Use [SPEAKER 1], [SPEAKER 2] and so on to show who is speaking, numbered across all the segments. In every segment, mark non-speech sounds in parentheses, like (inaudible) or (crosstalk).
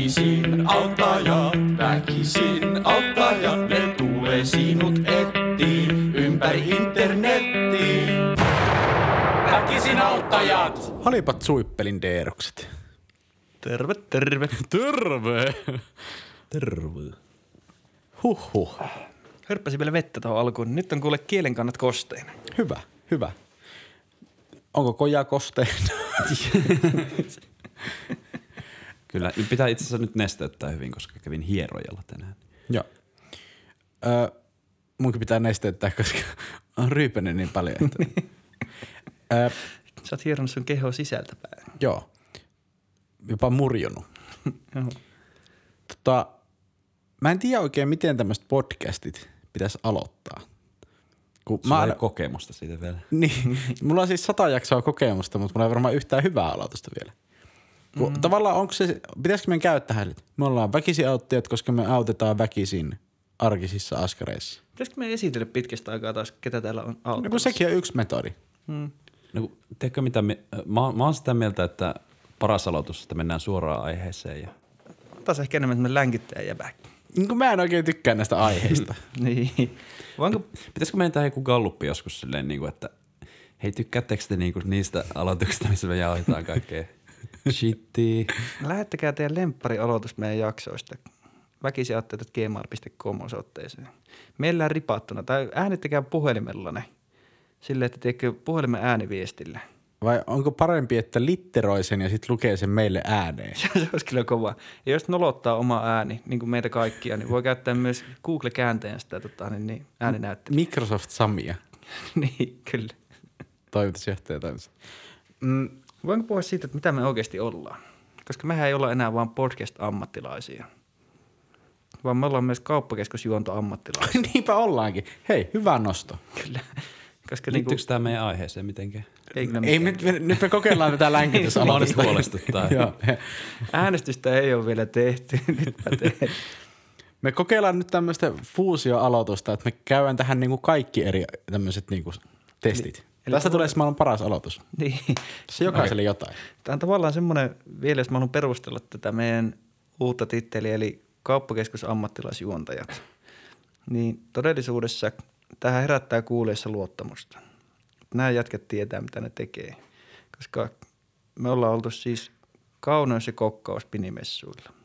[SPEAKER 1] Väkisin auttaja, väkisin auttaja, ne tulee sinut etsiin ympäri internettiin. Väkisin auttajat!
[SPEAKER 2] Halipat suippelin deerokset.
[SPEAKER 3] Terve, terve.
[SPEAKER 4] Terve!
[SPEAKER 2] Terve. Huhhuh.
[SPEAKER 3] Hörppäsi vielä vettä tuohon alkuun. Nyt on kuule kielenkannat kosteina.
[SPEAKER 2] Hyvä, hyvä. Onko koja kosteina?
[SPEAKER 4] Kyllä, pitää itse asiassa nyt nesteyttää hyvin, koska kävin hierojalla tänään.
[SPEAKER 2] Joo. Ö, munkin pitää nesteyttää, koska on ryypänyt niin paljon. Että. Ö,
[SPEAKER 3] Sä oot hieronut sun kehoa sisältä päin.
[SPEAKER 2] joo. Jopa murjonut.
[SPEAKER 3] Joo.
[SPEAKER 2] Tota, mä en tiedä oikein, miten tämmöiset podcastit pitäisi aloittaa. Kun mä
[SPEAKER 4] Sulla Mä ei
[SPEAKER 2] aina,
[SPEAKER 4] ole kokemusta siitä vielä.
[SPEAKER 2] (laughs) Niin, mulla on siis sata jaksoa kokemusta, mutta mulla ei varmaan yhtään hyvää aloitusta vielä. Kun mm. Tavallaan onko se, pitäisikö meidän käyttää hänet? Me ollaan väkisin auttajat, koska me autetaan väkisin arkisissa askareissa.
[SPEAKER 3] Pitäisikö me esitellä pitkästä aikaa taas, ketä täällä on
[SPEAKER 2] No
[SPEAKER 3] auttanut?
[SPEAKER 2] kun sekin on yksi metodi.
[SPEAKER 4] No, kun- tiedätkö mitä, me, mä, oon- mä oon sitä mieltä, että paras aloitus, että mennään suoraan aiheeseen. Ja...
[SPEAKER 3] Taas ehkä enemmän tämmönen länkittäjä ja back.
[SPEAKER 2] Niin kun mä en oikein tykkää näistä
[SPEAKER 4] (laughs)
[SPEAKER 2] aiheista.
[SPEAKER 3] Niin. Voinko
[SPEAKER 4] Pitäisikö meidän tehdä joku galluppi joskus silleen, niin kuin, että hei tykkäättekö te niin kuin niistä aloituksista, missä me jauhetaan kaikkea
[SPEAKER 2] Niinku-
[SPEAKER 4] shittiä?
[SPEAKER 3] lähettäkää teidän lemppari aloitus meidän jaksoista väkisiaatteet.gmail.com osoitteeseen. Meillä on ripattuna, tai äänittäkää puhelimella ne. Silleen, että tiedätkö, puhelimen ääniviestillä. (laughs)
[SPEAKER 2] Vai onko parempi, että litteroi sen ja sitten lukee sen meille ääneen?
[SPEAKER 3] Se olisi kyllä kova. Ja jos nolottaa oma ääni, niin kuin meitä kaikkia, niin voi käyttää myös Google-käänteen sitä tota, niin, niin, ääninäyttöä.
[SPEAKER 2] Microsoft Samia,
[SPEAKER 3] (laughs) niin, kyllä.
[SPEAKER 2] toimitusjohtaja (laughs) toimitus. Mm,
[SPEAKER 3] Voinko puhua siitä, että mitä me oikeasti ollaan? Koska mehän ei olla enää vain podcast-ammattilaisia, vaan me ollaan myös kauppakeskusjuontoammattilaisia.
[SPEAKER 2] niinpä ollaankin. Hei, hyvä nosto.
[SPEAKER 3] (laughs) kyllä. (laughs) Koska niin kuin,
[SPEAKER 4] Liittyykö tämä meidän aiheeseen mitenkään?
[SPEAKER 3] ei kyllä
[SPEAKER 2] Ei, me, me, nyt me kokeillaan tätä
[SPEAKER 4] Mä oon
[SPEAKER 2] länkitysalautusta.
[SPEAKER 4] nyt huolestuttaa.
[SPEAKER 2] (laughs) Joo.
[SPEAKER 3] Äänestystä ei ole vielä tehty. (laughs) Nyt mä teen.
[SPEAKER 2] Me kokeillaan nyt tämmöistä fuusioaloitusta, että me käydään tähän niinku kaikki eri tämmöiset niinku testit. Eli
[SPEAKER 3] eli
[SPEAKER 2] Tästä
[SPEAKER 3] tavallaan-
[SPEAKER 2] tulee se maailman paras aloitus.
[SPEAKER 3] niin.
[SPEAKER 2] Tässä jokaiselle jotain.
[SPEAKER 3] Tämä on tavallaan semmoinen, vielä jos mä haluan perustella tätä meidän uutta titteliä, eli kauppakeskusammattilaisjuontajat, niin todellisuudessa tähän herättää kuulijoissa luottamusta. Nämä jätkät tietää, mitä ne tekee, koska me ollaan oltu siis kauneus- ja kokkauspinimessuilla. (laughs)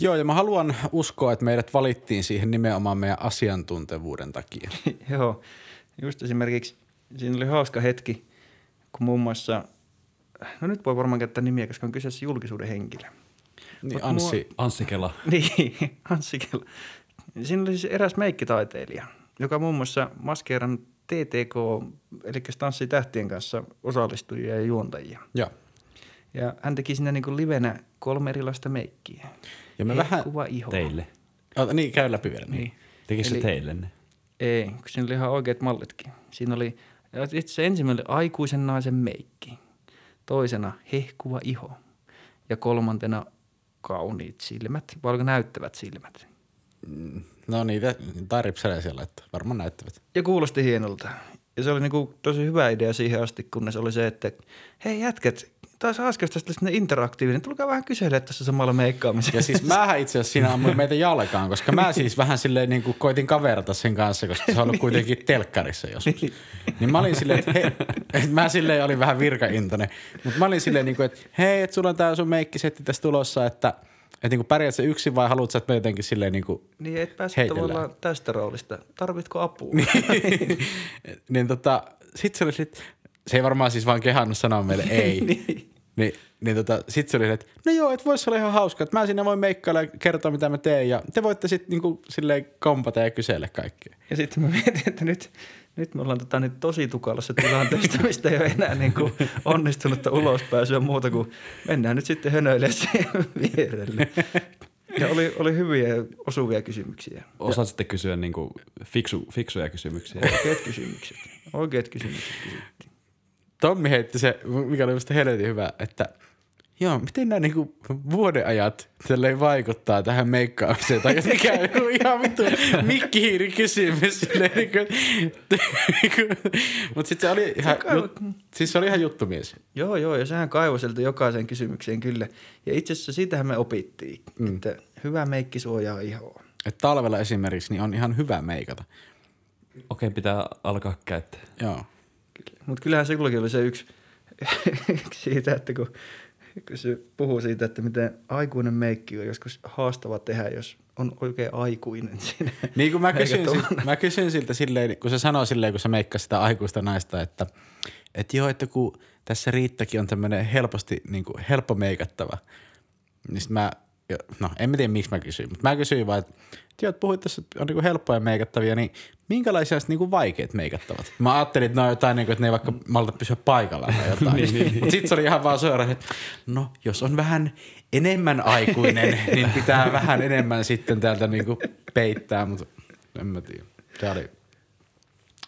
[SPEAKER 2] Joo, ja mä haluan uskoa, että meidät valittiin siihen nimenomaan meidän asiantuntevuuden takia.
[SPEAKER 3] Joo, just esimerkiksi siinä oli hauska hetki, kun muun muassa, no nyt voi varmaan käyttää nimiä, koska on kyseessä julkisuuden henkilö.
[SPEAKER 2] Niin
[SPEAKER 3] Mut
[SPEAKER 2] Anssi,
[SPEAKER 4] Anssi Kela.
[SPEAKER 3] (laughs) Niin, Anssi Kela. Siinä oli siis eräs meikkitaiteilija, joka muun muassa maskeeran TTK, eli Tanssi tähtien kanssa osallistujia ja juontajia.
[SPEAKER 2] joo.
[SPEAKER 3] Ja hän teki siinä niin livenä kolme erilaista meikkiä.
[SPEAKER 2] Ja me vähän,
[SPEAKER 3] Kuva iho.
[SPEAKER 4] Teille.
[SPEAKER 2] ota, niin käy läpi vielä. Niin.
[SPEAKER 3] Niin.
[SPEAKER 4] Tekikö se
[SPEAKER 3] Eli-
[SPEAKER 4] teille ne?
[SPEAKER 3] Ei, kun siinä oli ihan oikeat mallitkin. Siinä oli, itse asiassa ensimmäinen oli aikuisen naisen meikki, toisena hehkuva iho ja kolmantena kauniit silmät, vai oliko näyttävät silmät.
[SPEAKER 2] No niitä, tai ripseleisiä laittaa, varmaan näyttävät.
[SPEAKER 3] Ja kuulosti hienolta. Ja se oli niinku tosi hyvä idea siihen asti, kunnes oli se, että hei jätkät, taas äsken tästä sinne interaktiivinen, tulkaa vähän kyselemään tässä samalla
[SPEAKER 2] (laughs)
[SPEAKER 3] meikkaamisessa.
[SPEAKER 2] Ja siis mähän itse asiassa siinä ammuin meitä jalkaan, koska mä siis vähän silleen niin kuin koitin kaverata sen kanssa, koska se on ollut kuitenkin telkkarissa joskus. Niin mä olin silleen, että hei, et mä silleen olin vähän virkaintoinen, mutta mä olin silleen niin kuin, että hei, että sulla on tää sun meikkisetti tässä tulossa, että että niin pärjät se yksin vai haluat sä, että me jotenkin silleen niin kuin,
[SPEAKER 3] Niin et päässyt
[SPEAKER 2] Heitellään.
[SPEAKER 3] tavallaan tästä roolista. Tarvitko apua?
[SPEAKER 2] (laughs) niin tota, sit se oli silleen, että se ei varmaan siis vaan kehannut sanoa meille ei. niin. Niin, niin tota, sit se oli silleen, että no joo, että vois olla ihan hauska, että mä sinne voin meikkailla ja kertoa mitä mä teen ja te voitte sit niinku silleen kompata ja kysellä kaikkea.
[SPEAKER 3] Ja sitten mä mietin, että nyt, nyt me ollaan tota, nyt tosi tukalassa tilanteesta, mistä ei ole enää niin kuin onnistunutta ulospääsyä muuta kuin mennään nyt sitten hönöille siihen vierelle. Ja oli, oli hyviä ja osuvia kysymyksiä.
[SPEAKER 4] Osaat sitten kysyä niin kuin fiksu, fiksuja kysymyksiä.
[SPEAKER 3] Oikeat kysymykset. Oikeat kysymykset kysyttiin.
[SPEAKER 2] Tommi heitti se, mikä oli musta helvetin hyvä, että joo, miten nämä niinku vuodenajat tälleen vaikuttaa tähän meikkaamiseen? Tai mikä on joku ihan vittu mikkihiiri kysymys. Niinku, Mutta sitten se oli ihan, jut, siis se oli ihan juttumies.
[SPEAKER 3] Joo, joo, ja sehän kaivoi sieltä jokaiseen kysymykseen kyllä. Ja itse asiassa siitähän me opittiin, mm. että hyvä meikki suojaa ihoa.
[SPEAKER 2] Et talvella esimerkiksi niin on ihan hyvä meikata.
[SPEAKER 4] Okei, pitää alkaa käyttää.
[SPEAKER 2] Joo.
[SPEAKER 3] Mutta kyllähän se kullakin oli se yksi siitä, että kun, kun se puhuu siitä, että miten aikuinen meikki on joskus haastava tehdä, jos on oikein aikuinen siinä.
[SPEAKER 2] Niin kuin mä kysyin,
[SPEAKER 3] Eikä
[SPEAKER 2] sil, mä kysyin siltä silleen, kun se sanoi silleen, kun se meikkasi sitä aikuista naista, että, että joo, että kun tässä Riittakin on tämmöinen helposti, niin kuin helppo meikattava. Niin sit mä, jo- no en mä tiedä miksi mä kysyin, mutta mä kysyin vaan, että että joo, että puhuit tässä, että on niin kuin helppoja meikattavia, niin minkälaisia on sit niin kuin vaikeat meikattavat? Mä ajattelin, että ne on jotain, niin kuin, että ne ei vaikka malta pysyä paikallaan tai jotain. (laughs) niin, niin, mutta sitten se oli ihan vaan suoraan, että no jos on vähän enemmän aikuinen, niin pitää vähän enemmän sitten täältä niin kuin peittää, mutta en mä tiedä. Se oli,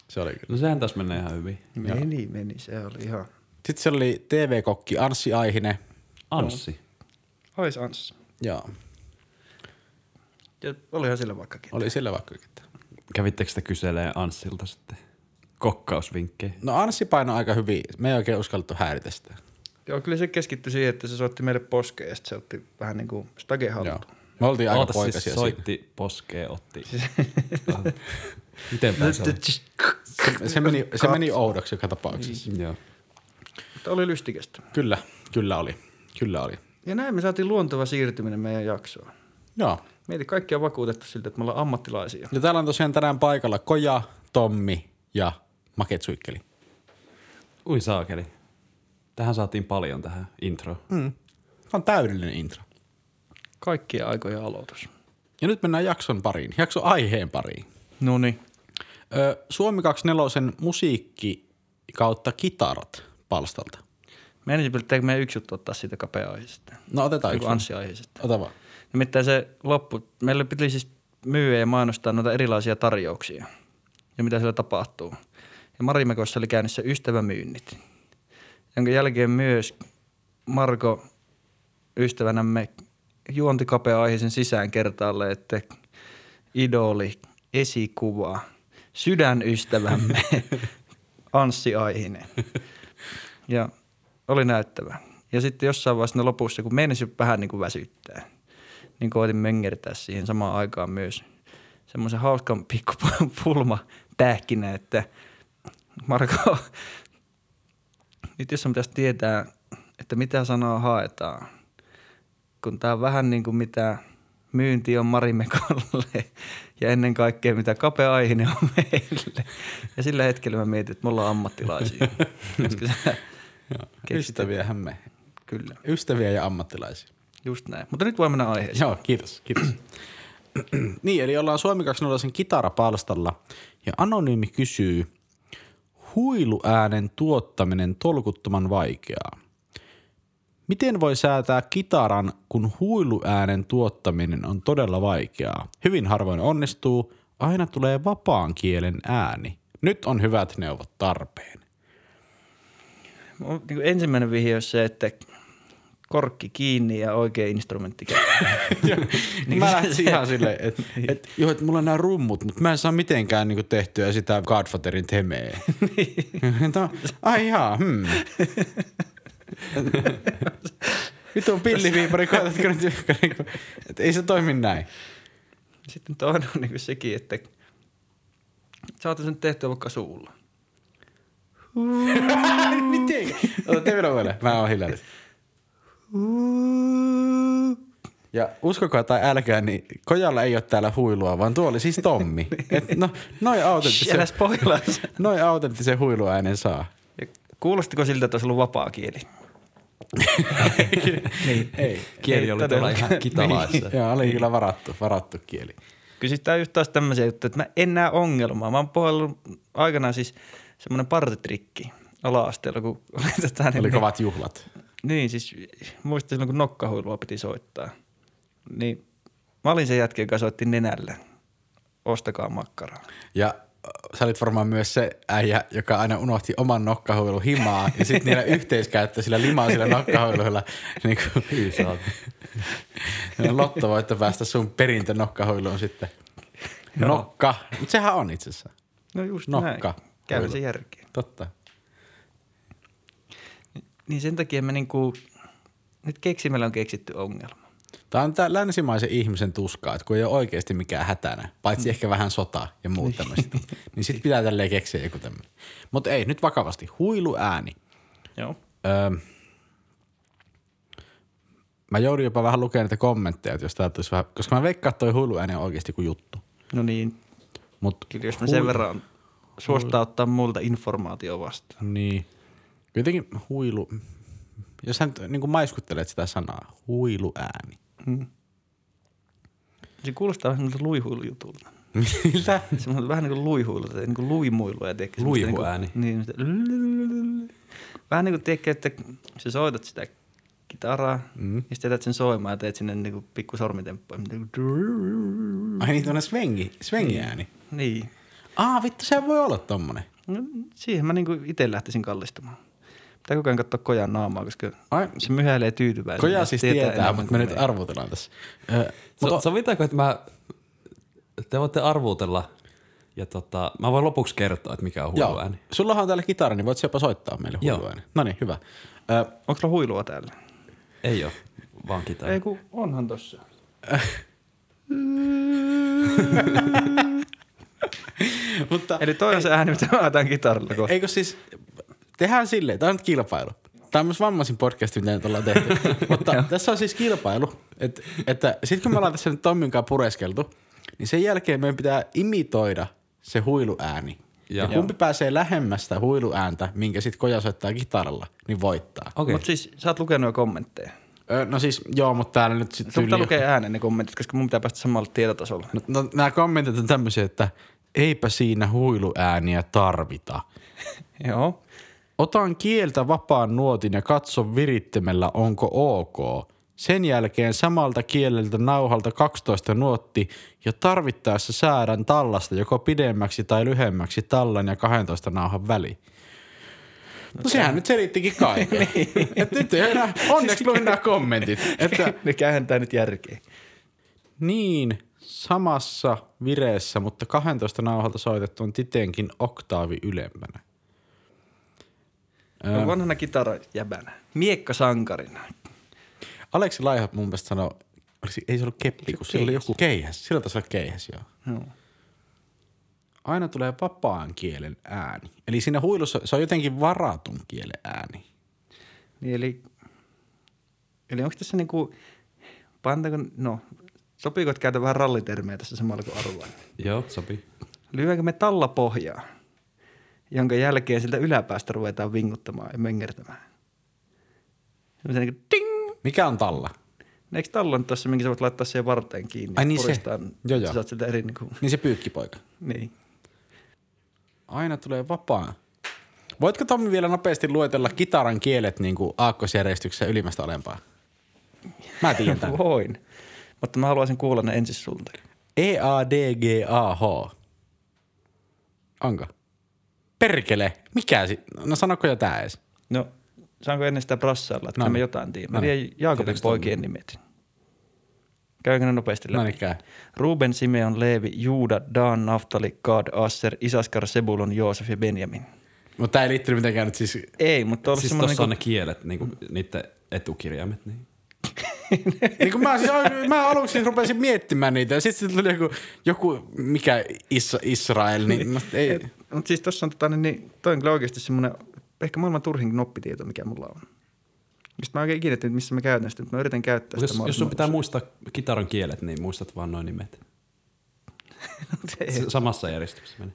[SPEAKER 2] se oli kyllä.
[SPEAKER 4] No sehän taas menee ihan hyvin.
[SPEAKER 3] Meni, meni, se oli ihan.
[SPEAKER 2] Sitten se oli TV-kokki Anssi Aihinen.
[SPEAKER 4] Anssi.
[SPEAKER 3] Ois Anssi.
[SPEAKER 2] Joo,
[SPEAKER 3] Ja olihan sillä vaikkakin.
[SPEAKER 2] oli sillä vaikka ketään.
[SPEAKER 4] Kävittekö te kyselee Anssilta sitten kokkausvinkkejä?
[SPEAKER 2] No Anssi painoi aika hyvin. Me ei oikein uskallettu häiritä sitä.
[SPEAKER 3] Joo, kyllä se keskittyi siihen, että se soitti meille poskeen ja sitten se otti vähän niin kuin stage
[SPEAKER 2] Joo.
[SPEAKER 3] haltuun.
[SPEAKER 2] Me oltiin aika
[SPEAKER 4] Oota
[SPEAKER 2] poikasia
[SPEAKER 4] siis
[SPEAKER 2] siis siinä.
[SPEAKER 4] soitti, poskee, otti. Miten päin se oli?
[SPEAKER 2] Se meni, se meni oudoksi joka tapauksessa.
[SPEAKER 4] Joo.
[SPEAKER 3] Mutta oli lystikästä.
[SPEAKER 2] Niin. Kyllä, kyllä oli. Kyllä oli.
[SPEAKER 3] Ja näin me saatiin luonteva siirtyminen meidän jaksoon.
[SPEAKER 2] Joo.
[SPEAKER 3] Mieti, kaikki on vakuutettu siltä, että me ollaan ammattilaisia.
[SPEAKER 2] Ja täällä on tosiaan tänään paikalla Koja, Tommi ja Maketsuikkeli.
[SPEAKER 4] Ui saakeli. Tähän saatiin paljon tähän intro. Mm.
[SPEAKER 2] Tämä on täydellinen intro.
[SPEAKER 3] Kaikkien aikojen aloitus.
[SPEAKER 2] Ja nyt mennään jakson pariin, jakson aiheen pariin.
[SPEAKER 3] No niin.
[SPEAKER 2] Ö, Suomi 24 musiikki kautta kitarat palstalta.
[SPEAKER 3] Mä ensin pitääkö meidän yksi juttu ottaa siitä kapea aiheesta.
[SPEAKER 2] No otetaan
[SPEAKER 3] Joku
[SPEAKER 2] yksi.
[SPEAKER 3] Anssi aiheesta.
[SPEAKER 2] Ota vaan.
[SPEAKER 3] Nimittäin se loppu. Meillä piti siis myyä ja mainostaa noita erilaisia tarjouksia ja mitä siellä tapahtuu. Ja Marimekossa oli käynnissä ystävämyynnit, jonka jälkeen myös Marko ystävänämme juonti kapea aiheisen sisään kertaalle, että idoli, esikuva, sydänystävämme Anssi Aihinen. Ja oli näyttävä. Ja sitten jossain vaiheessa ne lopussa, kun meinasi vähän niin kuin väsyttää, niin koitin mengertää siihen samaan aikaan myös semmoisen hauskan pikku pulma tähkinä, että Marko, (laughs) nyt jos sun pitäisi tietää, että mitä sanaa haetaan, kun tää on vähän niin kuin mitä myynti on Marimekolle ja ennen kaikkea mitä kapea aihe on meille. Ja sillä hetkellä mä mietin, että me ollaan ammattilaisia. Koska sä keksit,
[SPEAKER 2] Ystäviähän me.
[SPEAKER 3] Kyllä,
[SPEAKER 2] Ystäviä ja ammattilaisia.
[SPEAKER 3] just näin. Mutta nyt voi mennä aiheeseen.
[SPEAKER 2] Joo, kiitos. kiitos. (clears throat) niin, eli ollaan Suomi 2.0 kitarapalstalla ja Anonyymi kysyy, huiluäänen tuottaminen tolkuttoman vaikeaa. Miten voi säätää kitaran, kun huiluäänen tuottaminen on todella vaikeaa? Hyvin harvoin onnistuu, aina tulee vapaan kielen ääni. Nyt on hyvät neuvot tarpeen.
[SPEAKER 3] Mun niinku ensimmäinen vihje on se, että korkki kiinni ja oikea instrumentti käy.
[SPEAKER 2] Niin (laughs) mä Niin. lähtisin ihan silleen, (laughs) että et, joo, että mulla on nämä rummut, mutta mä en saa mitenkään niinku tehtyä sitä Godfatherin (laughs) temeä. no, ai ihan, (laughs) hmm. Vittu on pilliviipari, koetatko nyt, niinku, et ei se toimi näin.
[SPEAKER 3] (laughs) Sitten toinen on niinku sekin, että saatan sen tehtyä vaikka suulla.
[SPEAKER 2] (laughs) Miten? Ota te vielä vielä, mä oon hiljallinen. Ja uskokaa tai älkää, niin Kojalla ei ole täällä huilua, vaan tuo oli siis (laughs) Tommi. Et no, noin
[SPEAKER 3] Shh, Älä
[SPEAKER 2] autenttisen,
[SPEAKER 3] spoilaa se.
[SPEAKER 2] noi autenttisen huiluäänen saa.
[SPEAKER 3] Ja Kuulostiko siltä, että olisi ollut vapaa kieli?
[SPEAKER 2] Niin. Ei. Niin.
[SPEAKER 4] Kieli oli tuolla ihan kitalaissa.
[SPEAKER 2] Joo, oli kyllä varattu, varattu kieli.
[SPEAKER 3] Niin. Kysytään siis just taas tämmöisiä juttuja, että mä en näe ongelmaa. Mä oon puhellut aikanaan siis semmoinen partitrikki ala-asteella, kun (laughs) oli tätä.
[SPEAKER 2] Oli kovat juhlat.
[SPEAKER 3] Niin, siis muistan silloin, kun nokkahuilua piti soittaa. Niin mä olin se jätkä, joka soitti nenällä. Ostakaa makkaraa.
[SPEAKER 2] Ja sä olit varmaan myös se äijä, joka aina unohti oman nokkahuilun himaa ja sitten (laughs) niillä yhteiskäyttöisillä limaisilla nokkahuiluilla niin kuin, lotto voitte päästä sun perintö nokkahuiluun sitten. Nokka. Mut sehän on itse asiassa.
[SPEAKER 3] No just
[SPEAKER 2] Nokka.
[SPEAKER 3] näin. Käy se järkeä.
[SPEAKER 2] Totta.
[SPEAKER 3] Niin sen takia me niinku, nyt keksimällä on keksitty ongelma.
[SPEAKER 2] Tämä on tää länsimaisen ihmisen tuskaa, että kun ei ole oikeasti mikään hätänä, paitsi ehkä vähän sota ja muut tämmöistä, Mm. niin sitten pitää tälleen keksiä joku tämmöinen. Mutta ei, nyt vakavasti. Huiluääni.
[SPEAKER 3] Joo.
[SPEAKER 2] Öö, mä joudun jopa vähän lukemaan niitä kommentteja, että jos tää tulisi vähän, koska mä veikkaan, että toi huiluääni on oikeasti kuin juttu.
[SPEAKER 3] No niin,
[SPEAKER 2] Mut
[SPEAKER 3] kyllä jos mä sen
[SPEAKER 2] huil-
[SPEAKER 3] verran suostaa ottaa muilta informaatio vastaan.
[SPEAKER 2] Niin. Jotenkin huilu, jos hän niin kuin maiskuttelet sitä sanaa, huiluääni.
[SPEAKER 3] Se kuulostaa vähän semmoiselta luihuilujutulta.
[SPEAKER 2] Miltä?
[SPEAKER 3] Semmoinen vähän niin kuin luihuilulta, niin kuin luimuilua. Ja tiedätkö, semmoista
[SPEAKER 4] Luihuääni.
[SPEAKER 3] Niin, kuin, niin semmoista vähän niin kuin tiedätkö, että sä soitat sitä kitaraa mm. ja sitten jätät sen soimaan ja teet sinne niin kuin pikku sormitemppuja.
[SPEAKER 2] Ai niin, tuonne svengi, svengiääni.
[SPEAKER 3] Niin.
[SPEAKER 2] Aa, vittu, se voi olla tommonen.
[SPEAKER 3] No, siihen mä niin kuin itse lähtisin kallistumaan. Pitää koko ajan katsoa kojan naamaa, koska
[SPEAKER 2] Ai.
[SPEAKER 3] se myhäilee tyytyväisenä.
[SPEAKER 2] Koja siis tietää,
[SPEAKER 3] enemmän
[SPEAKER 2] mutta me
[SPEAKER 3] kuin
[SPEAKER 2] nyt
[SPEAKER 3] me.
[SPEAKER 2] arvotellaan tässä. Ö,
[SPEAKER 4] So, sovitaanko, että mä, te voitte arvuutella ja tota, mä voin lopuksi kertoa, että mikä on
[SPEAKER 2] joo,
[SPEAKER 4] huiluääni.
[SPEAKER 2] sullahan on täällä kitara, niin voit sä jopa soittaa meille
[SPEAKER 4] Joo.
[SPEAKER 2] huiluääni. No niin, hyvä. Ö,
[SPEAKER 3] Onko sulla huilua täällä?
[SPEAKER 4] Ei ole, vaan kitara.
[SPEAKER 3] Ei kun onhan tossa.
[SPEAKER 2] mutta
[SPEAKER 3] Eli toi on se ääni, mitä mä otan kitaralla kohta.
[SPEAKER 2] eikö siis, tehdään silleen, tämä on nyt kilpailu. Tämä on myös vammaisin podcast, mitä nyt ollaan tehty. mutta tässä on siis kilpailu, että, että sit kun me ollaan tässä nyt Tommin kanssa pureskeltu, niin sen jälkeen meidän pitää imitoida se huiluääni. Ja,
[SPEAKER 4] Joo.
[SPEAKER 2] ja kumpi pääsee lähemmäs sitä huiluääntä, minkä sitten koja soittaa kitaralla, niin voittaa.
[SPEAKER 4] Okei,
[SPEAKER 3] Mutta
[SPEAKER 4] okay.
[SPEAKER 3] siis sä oot lukenut jo kommentteja.
[SPEAKER 2] Öö, no siis, joo, mutta täällä nyt sitten
[SPEAKER 3] Sun pitää lukea ääneen ne kommentit, koska mun pitää päästä samalle tietotasolle.
[SPEAKER 2] No, no, nämä kommentit on tämmöisiä, että eipä siinä huiluääniä tarvita.
[SPEAKER 3] Joo.
[SPEAKER 2] Otan kieltä vapaan nuotin ja katso virittimellä onko ok. Sen jälkeen samalta kieleltä nauhalta 12 nuotti ja tarvittaessa säädän tallasta joko pidemmäksi tai lyhemmäksi tallan ja 12 nauhan väli. No sehän nyt selittikin kaiken. Et nyt ei enää, onneksi luin nämä kommentit.
[SPEAKER 3] (laughs)
[SPEAKER 2] Että
[SPEAKER 3] Ne kääntää nyt järkeä.
[SPEAKER 2] Niin, samassa vireessä, mutta 12 nauhalta soitettu on titenkin oktaavi ylempänä.
[SPEAKER 3] No vanhana kitarajäbänä. Miekka sankarina.
[SPEAKER 2] Aleksi Laiha mun mielestä sanoi, oliko se- ei se ollut keppi, kun sillä oli joku keihäs. Sillä taisi olla keihäs, joo.
[SPEAKER 3] Joo.
[SPEAKER 2] Aina tulee vapaan kielen ääni. Eli siinä huilussa se on jotenkin varatun kielen ääni.
[SPEAKER 3] Niin eli, eli onko tässä niinku, pantaanko, no, sopiiko, että käytä vähän rallitermejä tässä samalla kuin arvoin?
[SPEAKER 4] joo, sopii.
[SPEAKER 3] Lyödäänkö me talla pohjaa, jonka jälkeen siltä yläpäästä ruvetaan vinguttamaan ja mengertämään? Semmoisen niinku ding!
[SPEAKER 2] Mikä on talla?
[SPEAKER 3] No Eikö talla nyt tuossa, minkä sä voit laittaa siihen varteen kiinni?
[SPEAKER 2] Ai
[SPEAKER 3] ja
[SPEAKER 2] niin se.
[SPEAKER 3] puristaa,
[SPEAKER 2] Joo, joo.
[SPEAKER 3] Sä saat siltä eri niinku,
[SPEAKER 2] Niin se pyykkipoika.
[SPEAKER 3] niin.
[SPEAKER 2] Aina tulee vapaan. Voitko Tommi vielä nopeasti luetella kitaran kielet niin kuin aakkosjärjestyksessä ylimmästä alempaa? Mä tiedän tämän.
[SPEAKER 3] Voin. Mutta mä haluaisin kuulla ne ensin sulta.
[SPEAKER 2] E E-A-D-G-A-H. Onko? Perkele. Mikä si... No sanoko jo tää edes?
[SPEAKER 3] No, saanko ennen sitä brassailla, että no.
[SPEAKER 2] No.
[SPEAKER 3] mä jotain tiedän. Mä
[SPEAKER 2] No niin.
[SPEAKER 3] tiedän Jaakobin poikien nimet. Käykö ne nopeasti
[SPEAKER 2] No
[SPEAKER 3] läpi?
[SPEAKER 2] niin käy.
[SPEAKER 3] Ruben, Simeon, Leevi, Juuda, Dan, Naftali, Gad, Asser, Isaskar, Sebulon, Joosef ja Benjamin.
[SPEAKER 2] Mutta tää ei liittynyt mitenkään nyt siis...
[SPEAKER 3] Ei, mutta olisi
[SPEAKER 4] Siis
[SPEAKER 3] siis
[SPEAKER 4] tossa
[SPEAKER 3] semmoinen...
[SPEAKER 4] on ne
[SPEAKER 3] Niin
[SPEAKER 4] kielet, niinku, niiden etukirjaimet. Niin.
[SPEAKER 2] Niin kun mä, siis, mä aluksi siis rupesin miettimään niitä ja sitten tuli joku, joku mikä is, Israel, niin no, ei.
[SPEAKER 3] mutta siis tossa on tota, niin, niin, toi on kyllä oikeasti semmoinen ehkä maailman turhin noppitieto, mikä mulla on. Mistä mä en oikein ikinä tiedä, missä mä käytän sitä, mutta mä yritän käyttää
[SPEAKER 4] Jos,
[SPEAKER 3] sitä
[SPEAKER 4] jos sun pitää muistaa kitaran kielet, niin muistat vaan noin
[SPEAKER 3] (laughs)
[SPEAKER 4] nimet.
[SPEAKER 3] mahdollisimman-
[SPEAKER 4] S- Samassa järjestyksessä meni.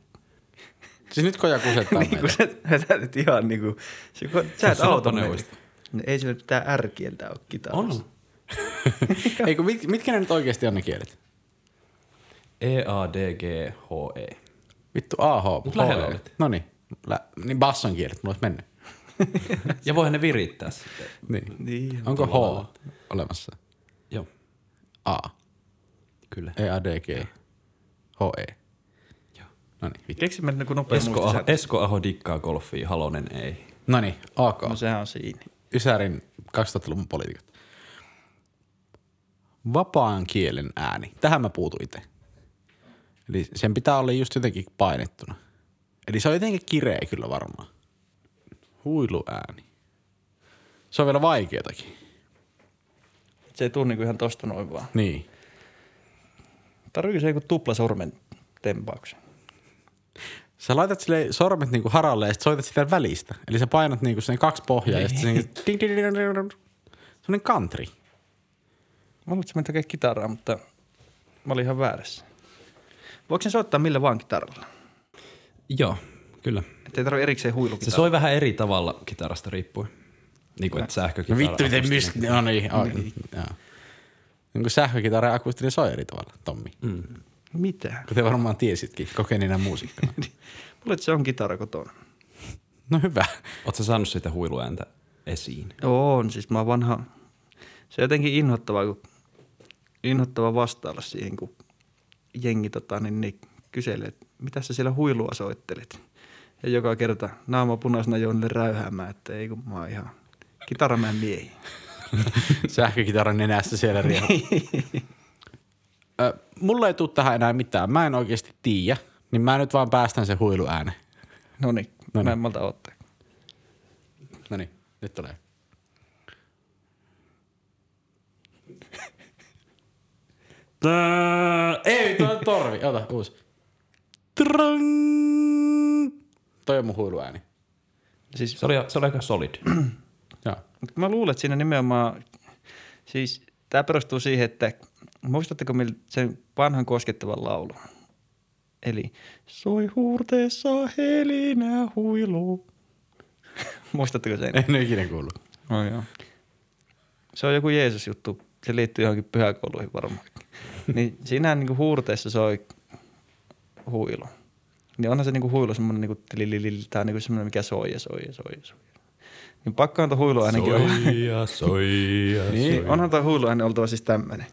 [SPEAKER 2] Siis nyt koja kusettaa
[SPEAKER 3] niin kuin
[SPEAKER 2] meitä.
[SPEAKER 3] sä, sä nyt ihan niin kuin, sä, sä et
[SPEAKER 4] Sanoppa
[SPEAKER 3] auta meitä.
[SPEAKER 4] neuvosta.
[SPEAKER 3] No, ei sillä mitään R-kieltä ole kitarassa.
[SPEAKER 4] On.
[SPEAKER 2] Ei, kun mit, mitkä ne nyt oikeasti on ne kielet?
[SPEAKER 4] E E-A-D-G-H-E.
[SPEAKER 2] Vittu AH.
[SPEAKER 4] Mut lähellä olit.
[SPEAKER 2] No niin. Lä, niin basson kielet, mulla olisi mennyt.
[SPEAKER 4] Ja voihan ne virittää sitten.
[SPEAKER 2] Niin.
[SPEAKER 3] Niin.
[SPEAKER 2] Onko
[SPEAKER 4] Tuolla
[SPEAKER 2] H
[SPEAKER 4] lailla.
[SPEAKER 2] olemassa?
[SPEAKER 4] Joo,
[SPEAKER 2] A.
[SPEAKER 4] kyllä.
[SPEAKER 2] E E-A-D-G. H-E.
[SPEAKER 4] Joo.
[SPEAKER 2] Okei. E. No niin, vittu.
[SPEAKER 3] Keksimme nyt joku niinku nopea
[SPEAKER 4] Esko, Aho,
[SPEAKER 3] muistisääntö.
[SPEAKER 4] Esko Aho dikkaa golfia, Halonen ei.
[SPEAKER 2] No niin, ok.
[SPEAKER 3] No sehän on siinä.
[SPEAKER 2] Ysärin 2000-luvun poliitikot. Vapaan kielen ääni. Tähän mä puutun itse. Eli sen pitää olla just jotenkin painettuna. Eli se on jotenkin kireä kyllä varmaan. Huiluääni. Se on vielä vaikeetakin.
[SPEAKER 3] Se ei tule niinku ihan tosta noin vaan.
[SPEAKER 2] Niin.
[SPEAKER 3] Tarviiko se joku tuplasormen tempauksen?
[SPEAKER 2] Sä laitat sille sormet niinku haralle ja sit soitat sitä välistä. Eli sä painat niinku sen kaksi pohjaa ja sitten se niinku ding, ding, ding, ding, ding, ding. Semmonen country.
[SPEAKER 3] Mä luulen, että se meni tekee kitaraa, mutta mä olin ihan väärässä. Voiko sen soittaa millä vaan kitaralla?
[SPEAKER 4] Joo, kyllä.
[SPEAKER 3] Että ei tarvitse erikseen
[SPEAKER 4] Se
[SPEAKER 3] huilukitaraa.
[SPEAKER 4] soi vähän eri tavalla kitarasta riippuen. Niin kuin, että
[SPEAKER 2] No
[SPEAKER 4] sähkökitara.
[SPEAKER 2] vittu, miten mysk... No niin, a- joo. Niin kuin sähkökitara ja akustinen soi eri tavalla, Tommi. Mm.
[SPEAKER 3] Mitä? (laughs)
[SPEAKER 2] Kuten varmaan tiesitkin, kokeneena muusikkona.
[SPEAKER 3] Luulen, että se on kitara kotona.
[SPEAKER 2] No hyvä.
[SPEAKER 4] Oletko saanut sitä huiluääntä esiin?
[SPEAKER 3] On, siis mä oon vanha. Se on jotenkin inhottava, kun, inhottava vastailla siihen, kun jengi tota, niin, niin kyselee, että mitä sä siellä huilua soittelet. Ja joka kerta naama punaisena joonille räyhäämään, että ei kun mä oon ihan kitaramäen miehi.
[SPEAKER 2] Sähkökitaran nenässä siellä riehu. Ö, Mulla ei tule tähän enää mitään. Mä en oikeasti tiedä, niin mä nyt vaan päästän se huiluääne.
[SPEAKER 3] No niin,
[SPEAKER 2] No
[SPEAKER 3] mä
[SPEAKER 2] niin.
[SPEAKER 3] en malta ottaa.
[SPEAKER 2] No niin, nyt tulee. Tää... Ei, toi on torvi. Ota, uusi. Trang. Toi on mun huiluääni.
[SPEAKER 3] Siis,
[SPEAKER 4] Se oli, se oli aika solid.
[SPEAKER 2] Joo.
[SPEAKER 3] mut mä luulen, että siinä nimenomaan, siis tämä perustuu siihen, että muistatteko mil- sen vanhan koskettavan laulun? Eli soi huurteessa helinä huilu. Muistatteko sen?
[SPEAKER 2] En ole ikinä kuullut.
[SPEAKER 3] No joo. Se on joku Jeesus-juttu. Se liittyy johonkin pyhäkouluihin varmaan. Niin siinähän niinku huurteessa soi huilu. Niin onhan se niinku huilu semmoinen niinku tilililil, tää on niinku semmoinen mikä soi ja soi ja soi ja soi. Niin pakkaan tuo huilu ainakin olla.
[SPEAKER 4] Soija, soija,
[SPEAKER 2] Niin.
[SPEAKER 4] soija.
[SPEAKER 3] Onhan tuo huilu aina oltava siis tämmönen.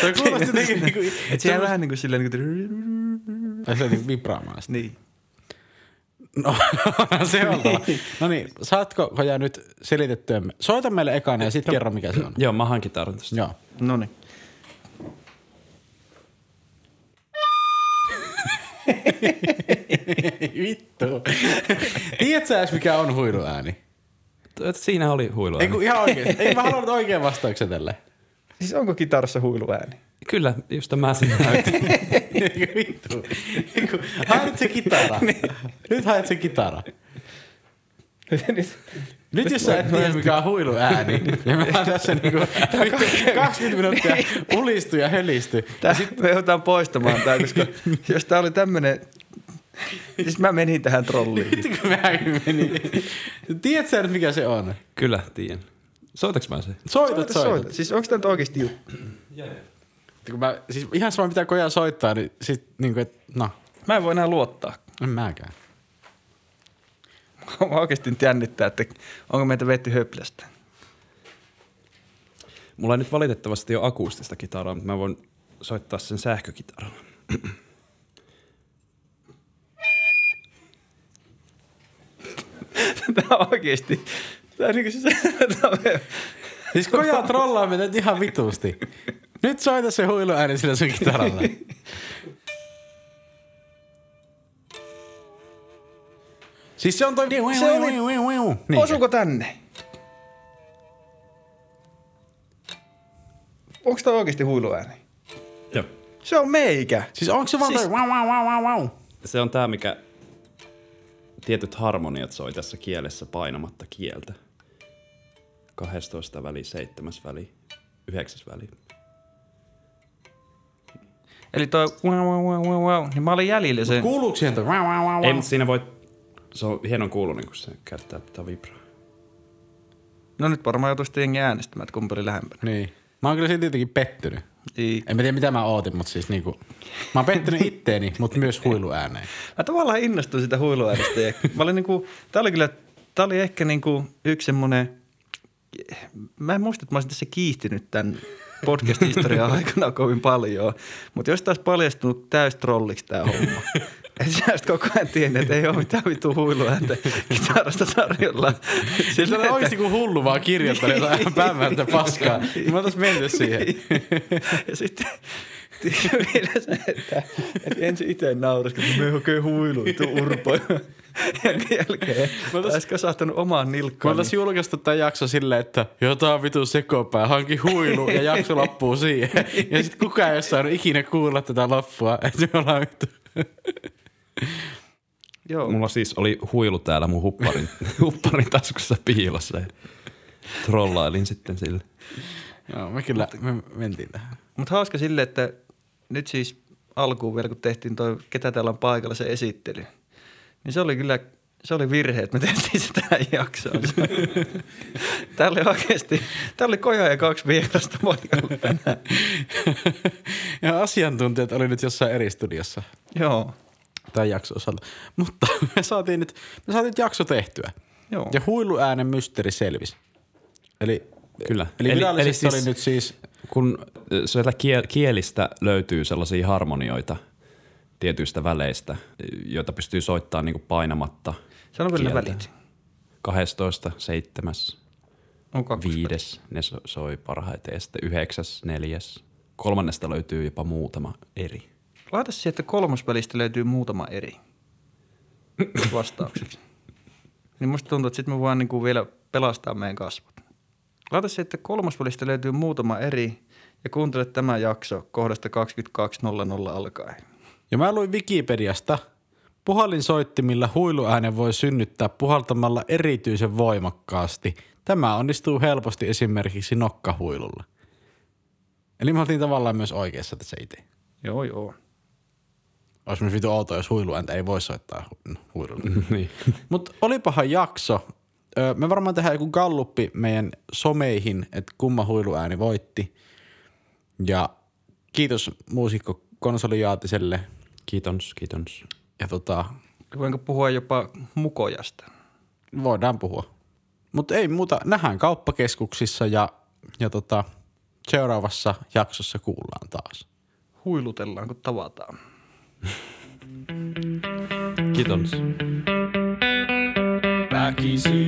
[SPEAKER 2] Toi kuulosti jotenkin niinku...
[SPEAKER 3] Et se on vähän niinku silleen niinku...
[SPEAKER 2] Ai se niinku vibraamaan sitä.
[SPEAKER 3] Niin.
[SPEAKER 2] No, se on No niin, saatko Koja nyt selitettyä? Soita meille ekana ja sitten kerro mikä se on.
[SPEAKER 4] Joo, mä haan kitaran tästä.
[SPEAKER 2] Joo.
[SPEAKER 3] Noniin.
[SPEAKER 2] Vittu. Tiedätkö edes mikä on huiluääni?
[SPEAKER 4] Et Siinä oli
[SPEAKER 2] Ei
[SPEAKER 4] huiluääni.
[SPEAKER 2] kun ihan oikein. Ei mä halunnut oikean vastauksen tälle.
[SPEAKER 3] Siis onko kitarassa huiluääni?
[SPEAKER 4] Kyllä, just mä sen (laughs) näytin.
[SPEAKER 2] Ei kun Vittu. Ei kun- Haet se kitara. Nyt haet se kitara. Nyt jos sä et tiedä mikä on huiluääni, niin mä oon tässä niinku vittu 20 minuuttia ulistu ja hölisty.
[SPEAKER 3] Tää, me joudutaan poistamaan tää, koska jos tää oli tämmönen... Siis mä menin tähän trolliin.
[SPEAKER 2] Vittu kun mä meni. Tiedät sä nyt mikä se on?
[SPEAKER 4] Kyllä, tiedän. Soitaks mä sen?
[SPEAKER 2] Soitat, soitat.
[SPEAKER 3] Siis onko tämä nyt oikeasti juttu?
[SPEAKER 2] Vittu, Kun mä, siis ihan sama mitä koja soittaa, niin sit niinku et, no,
[SPEAKER 3] Mä en voi enää luottaa.
[SPEAKER 2] en mäkään.
[SPEAKER 3] Mä oikeasti nyt jännittää, että onko meitä vetty höplästä.
[SPEAKER 4] Mulla ei nyt valitettavasti ole akustista kitaraa, mutta mä voin soittaa sen sähkökitaralla.
[SPEAKER 3] Tää on oikeasti... Tää on niinku siis... Tää on...
[SPEAKER 2] Siis koja trollaa meitä nyt ihan vitusti. Nyt soita se huiluääni sillä sun kitaralla. Siis se on toi...
[SPEAKER 3] Se oli-
[SPEAKER 2] Niin.
[SPEAKER 3] Osuuko tänne? Onko tää oikeasti huiluääni?
[SPEAKER 4] Joo.
[SPEAKER 3] Se on meikä.
[SPEAKER 2] Siis onko se vaan toi... Wow, wow, wow, wow, wow.
[SPEAKER 4] Se on tää, mikä tietyt harmoniat soi tässä kielessä painamatta kieltä. 12 väli, 7 väli, 9 väli.
[SPEAKER 3] Eli toi wow wow wow wow wow, niin mä olin jäljellä sen.
[SPEAKER 2] Kuuluuko siihen toi... Wow, wow, wow,
[SPEAKER 4] Ei,
[SPEAKER 2] wow.
[SPEAKER 4] mutta siinä voi... Se on hienon kuulonen, kun se käyttää tätä vibraa.
[SPEAKER 3] No nyt varmaan joutuu sitten jengi äänestämään, että kumpi oli lähempänä.
[SPEAKER 2] Niin. Mä oon kyllä siitä jotenkin pettynyt.
[SPEAKER 3] Niin.
[SPEAKER 2] En mä tiedä mitä mä ootin, mutta siis niinku... Mä oon pettynyt itteeni, mutta myös huiluääneen.
[SPEAKER 3] Mä tavallaan innostuin sitä huiluäänestä. ja mä olin niinku, tää oli kyllä, tää oli ehkä niinku yksi semmonen mä en muista, että mä olisin tässä kiihtynyt tämän podcast-historian aikana kovin paljon, mutta jos taas paljastunut täys trolliksi tämä homma. (laughs) Et sä olisit koko ajan tiennyt, että ei ole mitään vitu huiluääntä kitarasta tarjolla.
[SPEAKER 2] Siis on oikeasti kuin hullu vaan kirjoittanut jotain (laughs) ihan päämäärtä paskaa. Niin Mä oon mennyt siihen.
[SPEAKER 3] Niin. Ja sitten vielä se, että, että ensin itse nauriskin, että me oikein huiluitu urpo. Jonka jälkeen mä
[SPEAKER 2] otas-
[SPEAKER 3] olis kasahtanut omaan
[SPEAKER 2] Mä
[SPEAKER 3] nilkkaan.
[SPEAKER 2] oltais julkaistu tämän jakso silleen, että jotain vitu sekopää, hanki huilu ja jakso loppuu siihen. Ja sit kukaan ei ole saanut ikinä kuulla tätä loppua, että me ollaan vittu.
[SPEAKER 3] Joo.
[SPEAKER 4] Mulla siis oli huilu täällä
[SPEAKER 2] (laughs)
[SPEAKER 4] mun hupparin, hupparin taskussa piilossa ja trollailin sitten sille.
[SPEAKER 2] Joo, me kyllä, me mentiin tähän.
[SPEAKER 3] Mutta hauska sille, että nyt siis alkuun vielä kun tehtiin toi, ketä täällä on paikalla, se esittely. Niin se oli kyllä, se oli virhe, että me tehtiin se tähän (laughs) jaksoon. Tää oli oikeasti, tää oli koja ja kaksi vierasta paikalla tänään.
[SPEAKER 2] (laughs) Ja asiantuntijat oli nyt jossain eri studiossa
[SPEAKER 3] Joo,
[SPEAKER 2] tämän jakson osalta. Mutta me saatiin nyt, me saatiin nyt jakso tehtyä.
[SPEAKER 3] joo.
[SPEAKER 2] Ja huiluäänen mysteeri selvisi. Eli,
[SPEAKER 4] Kyllä.
[SPEAKER 2] eli, eli, eli siis... oli
[SPEAKER 4] siis-
[SPEAKER 2] nyt siis
[SPEAKER 4] kun ö, sieltä kie- kielistä löytyy sellaisia harmonioita tietyistä väleistä, joita pystyy soittamaan niin painamatta.
[SPEAKER 3] Sano kyllä ne
[SPEAKER 4] kieltä.
[SPEAKER 3] välit.
[SPEAKER 4] 12, 7,
[SPEAKER 3] On kaksi.
[SPEAKER 4] 5, ne so- soi parhaiten ja sitten 9, 4. Kolmannesta löytyy jopa muutama eri.
[SPEAKER 3] Laita siihen, että kolmospelistä löytyy muutama (coughs) eri vastaukseksi. Niin musta tuntuu, että sit me vaan niinku vielä pelastaa meidän kasvot. Laita siihen, että kolmospelistä löytyy muutama eri ja kuuntele tämä jakso kohdasta 22.00 alkaen.
[SPEAKER 2] Ja mä luin Wikipediasta. Puhalinsoittimilla huiluääne voi synnyttää puhaltamalla erityisen voimakkaasti. Tämä onnistuu helposti esimerkiksi nokkahuilulla. Eli mä oltiin tavallaan myös oikeassa tässä itse.
[SPEAKER 3] Joo, joo.
[SPEAKER 2] Olisi myös vitu outoa, jos huiluääntä ei voi soittaa hu- huilulla.
[SPEAKER 4] (laughs) Niin.
[SPEAKER 2] Mutta olipahan jakso. Öö, Me varmaan tehdään joku galluppi meidän someihin, että kumma huiluääni voitti. Ja kiitos muusikko konsoliaatiselle.
[SPEAKER 4] Kiitons, kiitons.
[SPEAKER 2] Ja tota,
[SPEAKER 3] Voinko puhua jopa mukojasta?
[SPEAKER 2] Voidaan puhua. Mutta ei muuta, nähdään kauppakeskuksissa ja, ja tota, seuraavassa jaksossa kuullaan taas.
[SPEAKER 3] Huilutellaan, kun tavataan.
[SPEAKER 4] Kiitons.
[SPEAKER 1] väkisin